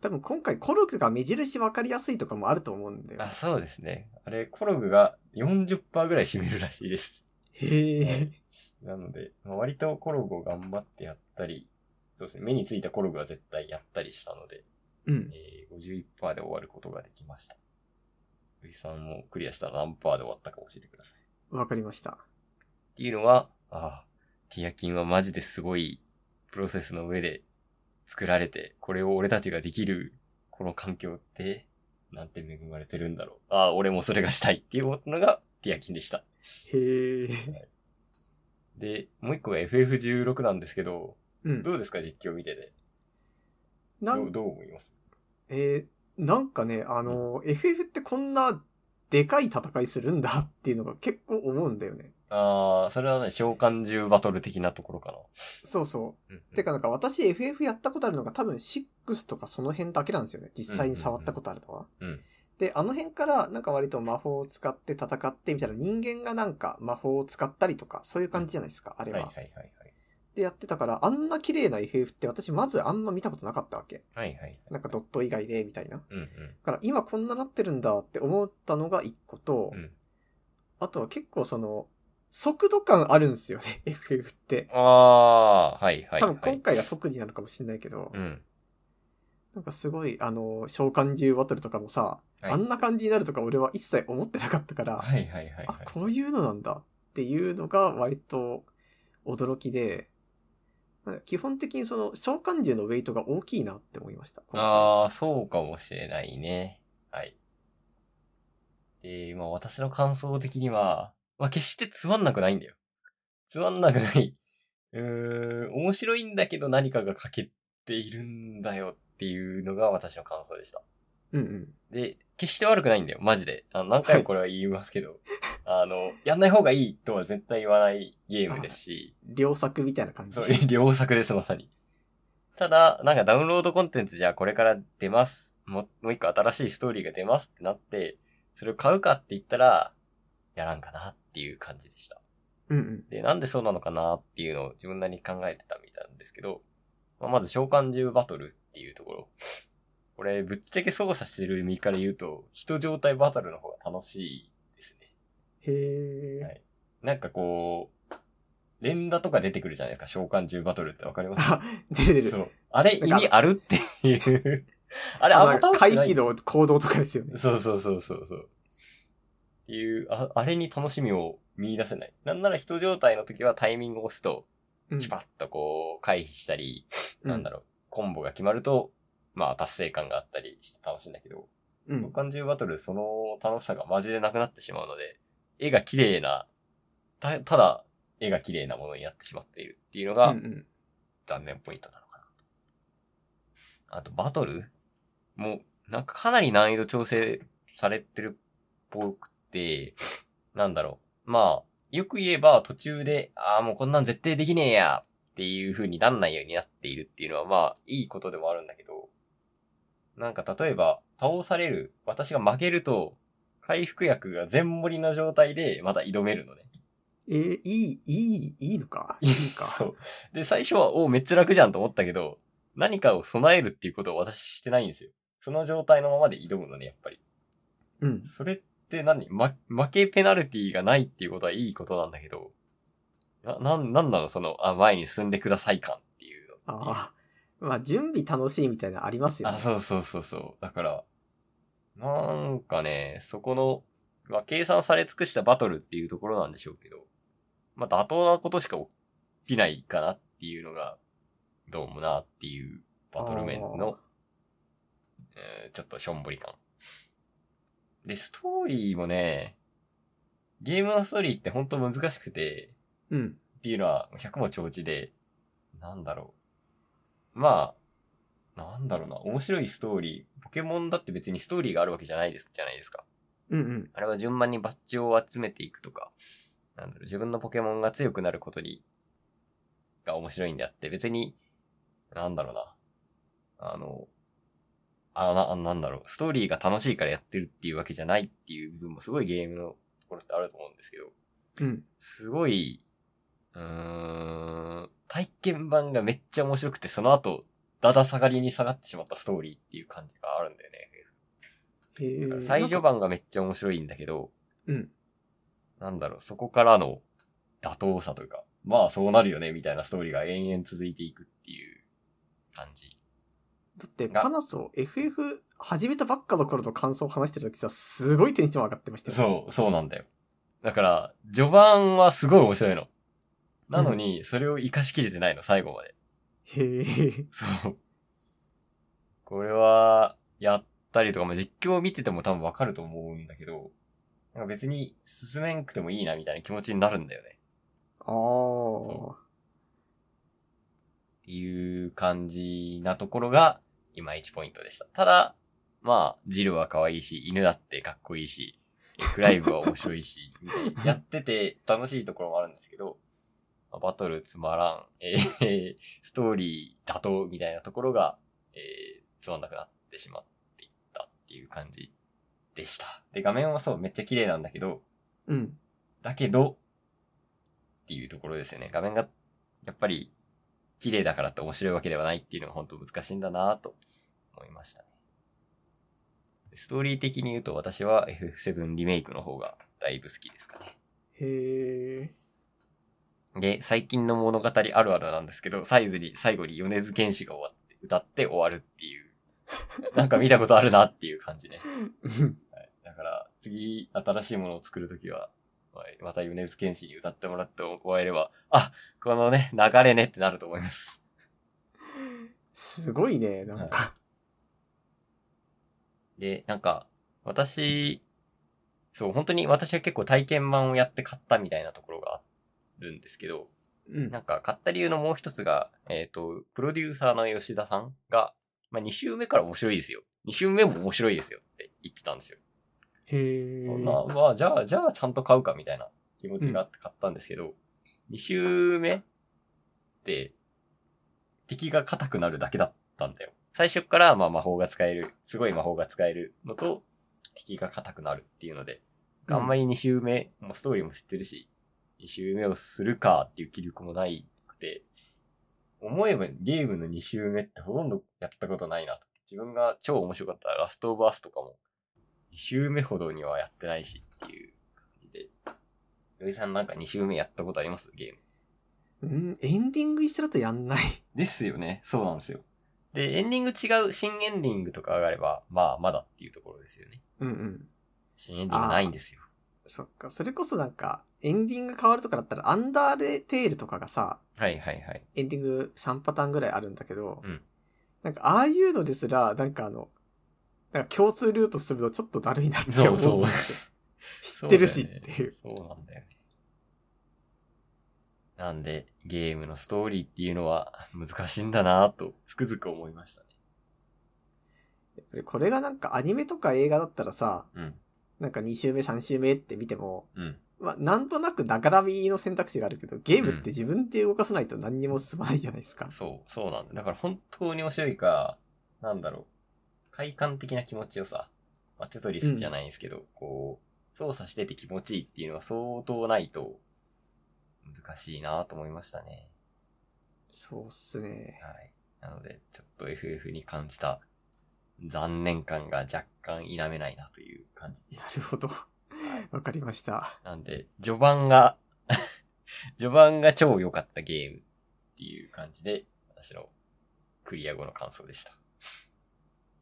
多分今回コルクが目印分かりやすいとかもあると思うんだよあ、。そうですね。あれ、コログが40%ぐらい占めるらしいです。へえ。なので、まあ割とコログを頑張ってやったり、そうですね。目についたコログは絶対やったりしたので、うん。えー、51%で終わることができました。ウイさんもクリアしたら何パーで終わったか教えてください。わかりました。っていうのは、ああ、ティアキンはマジですごいプロセスの上で作られて、これを俺たちができる、この環境って、なんて恵まれてるんだろう。ああ、俺もそれがしたいっていうのがティアキンでした。へえ。で、もう一個が FF16 なんですけど、うん。どうですか実況見てて。な、どうんどう思いますえーなんかね、あの、FF ってこんなでかい戦いするんだっていうのが結構思うんだよね。ああ、それはね、召喚獣バトル的なところかそうそな。う。てかなんか私 FF やったことあるのが多分6とかその辺だけなんですよね。実際に触ったことあるのは。うんうんうんうんで、あの辺からなんか割と魔法を使って戦ってみたいな人間がなんか魔法を使ったりとかそういう感じじゃないですか、あれはいは。はいはいはい。でやってたから、あんな綺麗な FF って私まずあんま見たことなかったわけ。はいはい。なんかドット以外で、みたいな。だうんうん。から今こんななってるんだって思ったのが一個と、うん、あとは結構その、速度感あるんですよね、FF って。ああー、はいはいはい。多分今回が特になのかもしれないけど、うん。なんかすごい、あの、召喚獣バトルとかもさ、はいあんな感じになるとか俺は一切思ってなかったから、はいはいはい、はい。あ、こういうのなんだっていうのが割と驚きで、なんか基本的にその召喚獣のウェイトが大きいなって思いました。ああ、そうかもしれないね。はい。で、まあ私の感想的には、まあ決してつまんなくないんだよ。つまんなくない。 うーん、面白いんだけど何かが欠けているんだよっていうのが私の感想でした。うんうん。で、決して悪くないんだよ、マジで。あの何回もこれは言いますけど、あの、やんない方がいいとは絶対言わないゲームですし、両作みたいな感じそう、。 両作です、まさに。ただ、なんかダウンロードコンテンツじゃあこれから出ます。ももう一個新しいストーリーが出ますってなって、それを買うかって言ったら、やらんかなっていう感じでした。うんうん。で、なんでそうなのかなっていうのを自分なりに考えてたみたいなんですけど、まあ、まず召喚獣バトルっていうところ。これ、ぶっちゃけ操作してる身から言うと、人状態バトルの方が楽しいですね。へえ、はいなんかこう、連打とか出てくるじゃないですか。召喚獣バトルってわかりますあ出る出そる。う。あれ意味あるっていう。 あれ、ああんのま楽しく回ない避の行動とかですよね。そうそうそうそうそう。っていう、ああれに楽しみを見出せない。なんなら人状態の時はタイミングを押すと、うんチュパッとこう回避したり、なんだろう、コンボが決まると、まあ達成感があったりして楽しいんだけど、うん。う無ん感中バトルその楽しさがマジでなくなってしまうので、絵が綺麗な、たただ絵が綺麗なものになってしまっているっていうのがうんうん残念ポイントなのかな。あとバトルもう、なんかかなり難易度調整されてるっぽくて、なんだろう。まあ、よく言えば途中で、ああ、もうこんなん絶対できねえやっていう風になんないようになっているっていうのはまあ、いいことでもあるんだけど、なんか例えば、倒される、私が負けると、回復薬が全盛りな状態でまた挑めるのね。えーいい、いい、いいのか。いい そか。う。で、最初は、おめっちゃ楽じゃんと思ったけど、何かを備えるっていうことを私してないんですよ。その状態のままで挑むのね、やっぱり。うん。それって何、ま、負けペナルティがないっていうことはいいことなんだけど、な、なん、なんなのその、あ、前に進んでください感っていうの。ああ。まあ、準備楽しいみたいなのありますよね。あ、そうそうそうそう。だから、なんかね、そこの、まあ、計算され尽くしたバトルっていうところなんでしょうけど、まあ、妥当なことしか起きないかなっていうのが、どうもなっていうバトル面の、えーちょっとしょんぼり感。で、ストーリーもね、ゲームのストーリーって本当難しくて、うん。っていうのは100も承知で、なんだろう。まあ、なんだろうな。面白いストーリー。ポケモンだって別にストーリーがあるわけじゃないです、じゃないですか。うんうん。あれは順番にバッジを集めていくとか、なんだろう、自分のポケモンが強くなることに、が面白いんであって、別に、なんだろうな。あの、あ、な、なんだろう、ストーリーが楽しいからやってるっていうわけじゃないっていう部分もすごいゲームのところってあると思うんですけど、うん。すごい、うーん、体験版がめっちゃ面白くて、その後、だだ下がりに下がってしまったストーリーっていう感じがあるんだよね。えー最序。盤がめっちゃ面白いんだけど、うん。なんだろう、そこからの妥当さというか、まあそうなるよね、みたいなストーリーが延々続いていくっていう感じ。だって、がパナソ、FF 始めたばっかの頃の感想を話してる時さ、すごいテンション上がってましたよ。そう、そうなんだよ。だから、序盤はすごい面白いの。なのに、それを活かしきれてないの、最後まで。へえ。そう。これは、やったりとか、まあ、実況を見てても多分わかると思うんだけど、なんか別に進めんくてもいいなみたいな気持ちになるんだよね。ああ。っていう感じなところが、いまいちポイントでした。ただ、まあ、ジルは可愛いし、犬だってかっこいいし、クライブは面白いし、みたいなやってて楽しいところもあるんですけど、まあバトルつまらん、えーストーリー妥当みたいなところが、えーつまんなくなってしまっていったっていう感じでした。で、画面はそう、めっちゃ綺麗なんだけど、うん。だけど、っていうところですよね。画面が、やっぱり、綺麗だからって面白いわけではないっていうのが本当難しいんだなぁと思いましたね。ストーリー的に言うと私は FF7 リメイクの方がだいぶ好きですかね。へえ。で、最近の物語あるあるなんですけど、サイズに最後に米津玄師が終わって、歌って終わるっていう。なんか見たことあるなっていう感じね。うんだから、次、新しいものを作るときは、まあまた米津玄師に歌ってもらって終えれば、あ、このね、流れねってなると思います。 すごいね、なんか。で、なんか、私、そう、本当に私は結構体験版をやって買ったみたいなところがあるんですけど、うん。なんか買った理由のもう一つが、えっ、と、プロデューサーの吉田さんが、まあ、2週目から面白いですよ。2週目も面白いですよって言ってたんですよ。へえ。まあ、まあ、じゃあ、じゃあちゃんと買うかみたいな気持ちがあって買ったんですけど、2周目って、敵が硬くなるだけだったんだよ。最初から、まあ魔法が使える、すごい魔法が使えるのと、敵が硬くなるっていうので、うんあんまり2周目、もうストーリーも知ってるし、2周目をするかっていう気力もないくて、思えばゲームの2周目ってほとんどやったことないなと。自分が超面白かったラストオブアースとかも、2周目ほどにはやってないしっていう感じで、よいさんなんか2周目やったことありますゲーム。うん、エンディング一緒だとやんない。 ですよね。そうなんですよ。で、エンディング違う、新エンディングとか上がれば、まあ、まだっていうところですよね。うんうん。新エンディングないんですよ。そっか、それこそなんか、エンディング変わるとかだったら、アンダーレテールとかがさ、はいはいはい。エンディング3パターンぐらいあるんだけど、うんなんか、ああいうのですら、なんかあの、なんか共通ルートするのちょっとだるいなってそう思そうう。んですよ。 知ってるしっていう。そうなんだよね。なんで、ゲームのストーリーっていうのは難しいんだなぁと、つくづく思いましたね。これがなんかアニメとか映画だったらさ、うん。なんか2週目3週目って見ても、うん。まあなんとなくながらみの選択肢があるけど、ゲームって自分で動かさないと何にも進まないじゃないですか。そう、そうなんだ。だから本当に面白いか、なんだろう。快感的な気持ちよさ。まあ、テトリスじゃないんですけど、こう、操作してて気持ちいいっていうのは相当ないと、難しいなぁと思いましたね。そうっすね。はい。なので、ちょっと FF に感じた残念感が若干否めないなという感じでなす。るほど。 わかりました。なんで、序盤が、 序盤が超良かったゲームっていう感じで、私のクリア後の感想でした。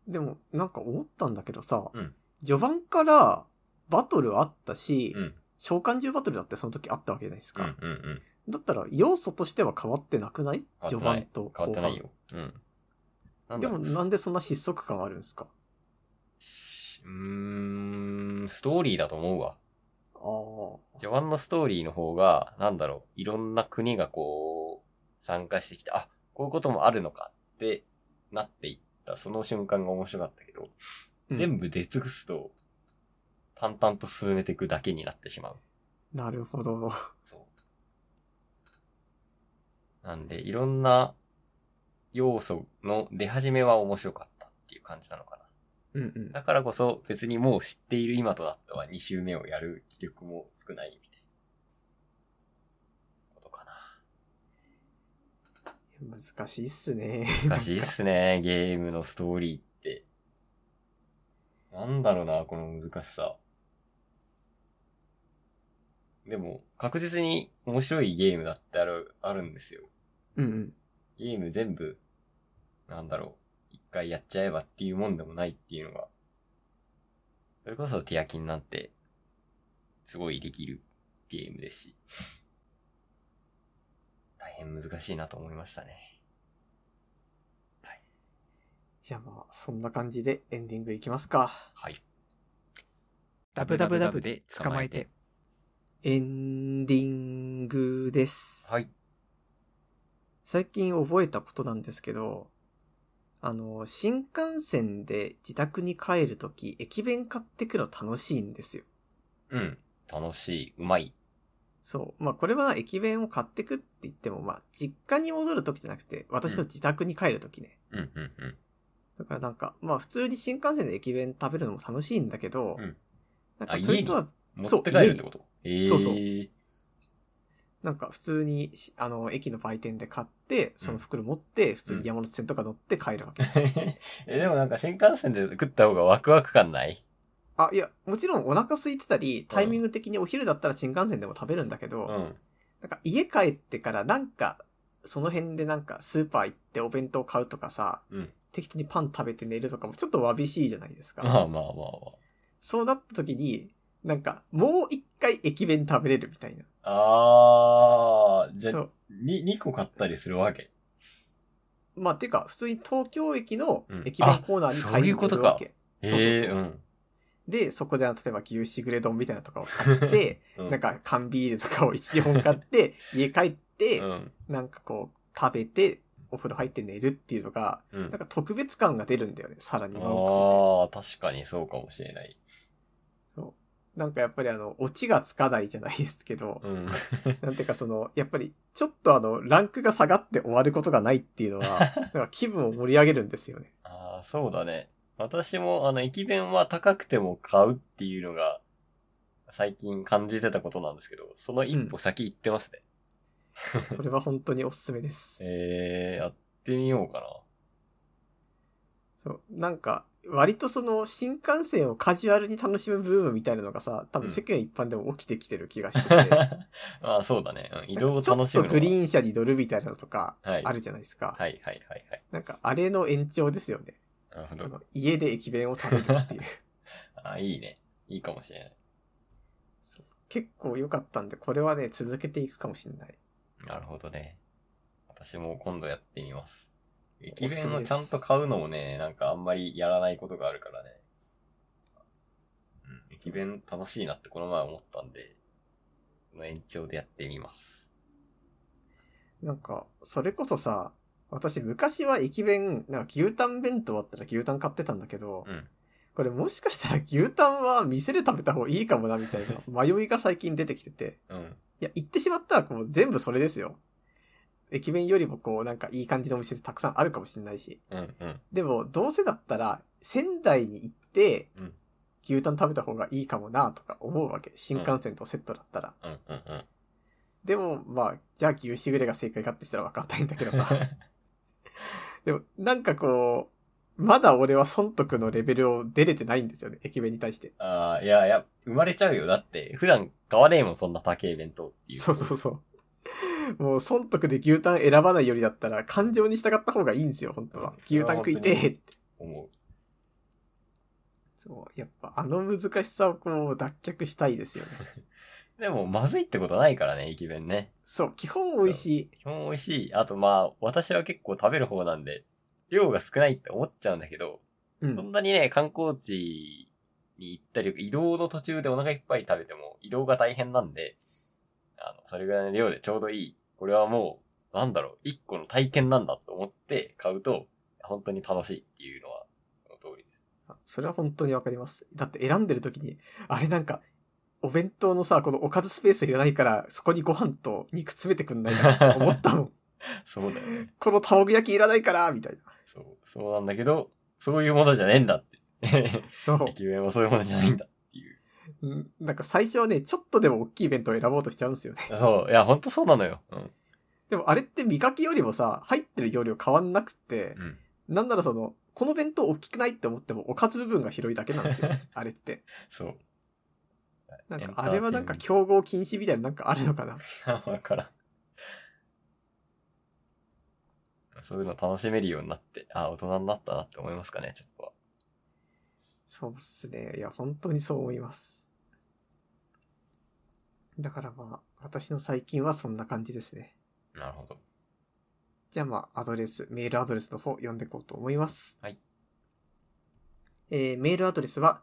でも、なんか思ったんだけどさ、うん序盤からバトルあったし、うん。召喚獣バトルだってその時あったわけじゃないですうんうか。んうん。だったら要素としては変わってなくない変序わってない盤と後変半わってないよ。うん。なんでだろもうなんでそんな失速感あるんですかうーん、ストーリーだと思うわ。ああ。序盤のストーリーの方が、なんだろう、いろんな国がこう、参加してきて、あ、こういうこともあるのかってなっていった、その瞬間が面白かったけど、うん全部出尽くすと、淡々と進めていくだけになってしまう。なるほど。そう。なんで、いろんな要素の出始めは面白かったっていう感じなのかな。うんうん。だからこそ、別にもう知っている今となっては2周目をやる気力も少ないみたいなことかな。難しいっすね。難しいっすね、ゲームのストーリーって。なんだろうな、この難しさ。でも、確実に面白いゲームだってある、あるんですよ。 うんうん。ゲーム全部、なんだろう、一回やっちゃえばっていうもんでもないっていうのが、それこそ手焼きになって、すごいできるゲームですし、大変難しいなと思いましたね。じゃあまあ、そんな感じでエンディングいきますか。はい。ダブダブダブで捕まえて。エンディングです。はい。最近覚えたことなんですけど、あの、新幹線で自宅に帰るとき、駅弁買ってくの楽しいんですよ。うん。楽しい、うまい。そう。まあ、これは駅弁を買ってくって言っても、まあ、実家に戻るときじゃなくて、私の自宅に帰るときね。うん、うん、うん。だからなんか、まあ、普通に新幹線で駅弁食べるのも楽しいんだけど、うんなんかそれとは、そ持うって帰るってことえー、そうそううなんか普通にし、あの、駅の売店で買って、その袋持って、普通に山手線とか乗って帰るわけ。 え、でもなんか新幹線で食った方がワクワク感ないあ、いや、もちろんお腹空いてたり、タイミング的にお昼だったら新幹線でも食べるんだけど、うん。なんか家帰ってからなんか、その辺でなんかスーパー行ってお弁当買うとかさ、うん。適当にパン食べて寝るとかもちょっとわびしいじゃないですか。まあまあまあまあ。そうなった時に、なんか、もう一回駅弁食べれるみたいな。あー、じゃそあ、う。に、2個買ったりするわけ。まあ、ていうか、普通に東京駅のうん駅弁コーナーにあそう買いいうに行ことくかわけ。そうそうそうへーうんで、そこで、例えば牛しぐれ丼みたいなのとかを買 って、うん。なんか缶ビールとかを1、2本買 って、家帰って、うん、なんかこう、食べて、お風呂入って寝るっていうのが、うん。なんか特別感が出るんだよね、さらにあ多くー、確かにそうかもしれない。て。なんかやっぱりあの、オチがつかないじゃないですけど、うん。なんていうかその、やっぱり、ちょっとあの、ランクが下がって終わることがないっていうの は、なんか気分を盛り上げるんですよね。ああ、そうだね。私も、あの、駅弁は高くても買うっていうのが、最近感じてたことなんですけど、その一歩先行ってますね。これは本当におすすめです。えー、やってみようかそう、なんか、割とその新幹線をカジュアルに楽しむブームみたいなのがさ、多分世間一般でも起きてきてる気がしてて、 ああ、そうだね。 うん移動を楽しちむのょはっとグリーン車に乗るみたいなのとかはい。あるじゃないですか。はいはいはいはい。なんかあれの延長ですよね。なるほあど。の家で駅弁を食べるってい う。あいいね。いいかもしれない。結構良かったんで、これはね、続けていくかもしれない。なるほどね。私も今度やってみます。駅おすす弁めをですちゃんと買うのもね、なんかあんまりやらないことがあるからね。うん、駅弁楽しいなってこの前思ったんで、この延長でやってみます。なんか、それこそさ、私昔は駅弁、なんか牛タン弁当あったら牛タン買ってたんだけど、うん。これもしかしたら牛タンは店で食べた方がいいかもなみたいな迷いが最近出てきてて。うん。いや、言ってしまったらこう全部それですよ。駅弁よりもこうなんかいい感じのお店ってたくさんあるかもしれないし。うん。うん。でも、どうせだったら仙台に行ってうん。牛タン食べた方がいいかもなとか思うわけ。新幹線とセットだったら。うん。うん。うん。でも、まあ、じゃあ牛しぐれが正解かってしたらわかんないんだけどさ。 でも、なんかこう、まだ俺は損得のレベルを出れてないんですよね、駅弁に対して。 ああ、いやいや、生まれちゃうよ。だって、普段買わねえもん、そんな高い弁当っていう。そうそうそう。もう損得で牛タン選ばないよりだったら、感情に従った方がいいんですよ、本当は。牛タン食いてえって。思う。そう、やっぱあの難しさをこう脱却したいですよね。でも、まずいってことないからね、駅弁ね。そう、基本美味しい。基本美味しい。あとまあ、私は結構食べる方なんで、量が少ないって思っちゃうんだけど、うそんん。なにね、観光地に行ったり、移動の途中でお腹いっぱい食べても、移動が大変なんで、あの、それぐらいの量でちょうどいい。これはもう、なんだろう、一個の体験なんだと思って買うと、本当に楽しいっていうのは、その通りです。それは本当にわかります。だって選んでる時に、あれなんか、お弁当のさ、このおかずスペースいらないから、そこにご飯と肉詰めてくんないかなと思った もん。そうだよね。この卵焼きいらないから、みたいな。 そう、そうなんだけど、そういうものじゃねえんだって。そう。 駅弁はそういうものじゃないんだっていう。うんなんか最初はね、ちょっとでも大きいイベントを選ぼうとしちゃうんですよね。そう、いや、本当そうなのよ。うん。でもあれって見かけよりもさ、入ってる容量変わんなくてう、ん。なんならその、この弁当大きくないって思ってもおかず部分が広いだけなんですよ。あれって。そう。なんエかンターテインメントあれはなんか競合禁止みたいななんかあるのかな。わからん。そういうの楽しめるようになって、あ、大人になったなって思いますかね、ちょっとは。そうっすね。いや、本当にそう思います。だからまあ、私の最近はそんな感じですね。なるほど。じゃあまあ、アドレス、メールアドレスの方読んでいこうと思います。はい。えーメールアドレスは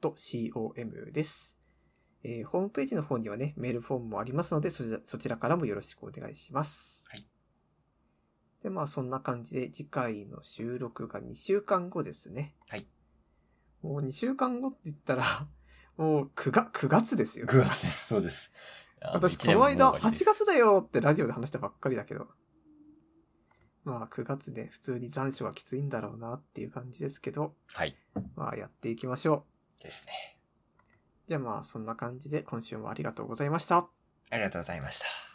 www-tsukamate.google-groups.com です。えーホームページの方にはね、メールフォームもありますので、そちらそちらからもよろしくお願いします。はい。で、まあそんな感じで次回の収録が2週間後ですね。はい。もう2週間後って言ったら、もう9月、9月ですよ。 9月です、 そうです。あ私この間8。一年ももう終わりです月だよってラジオで話したばっかりだけど。まあ9月で普通に残暑がきついんだろうなっていう感じですけど、はい。まあやっていきましょですね。う。じゃあまあそんな感じで今週もありがとうございました。ありがとうございました。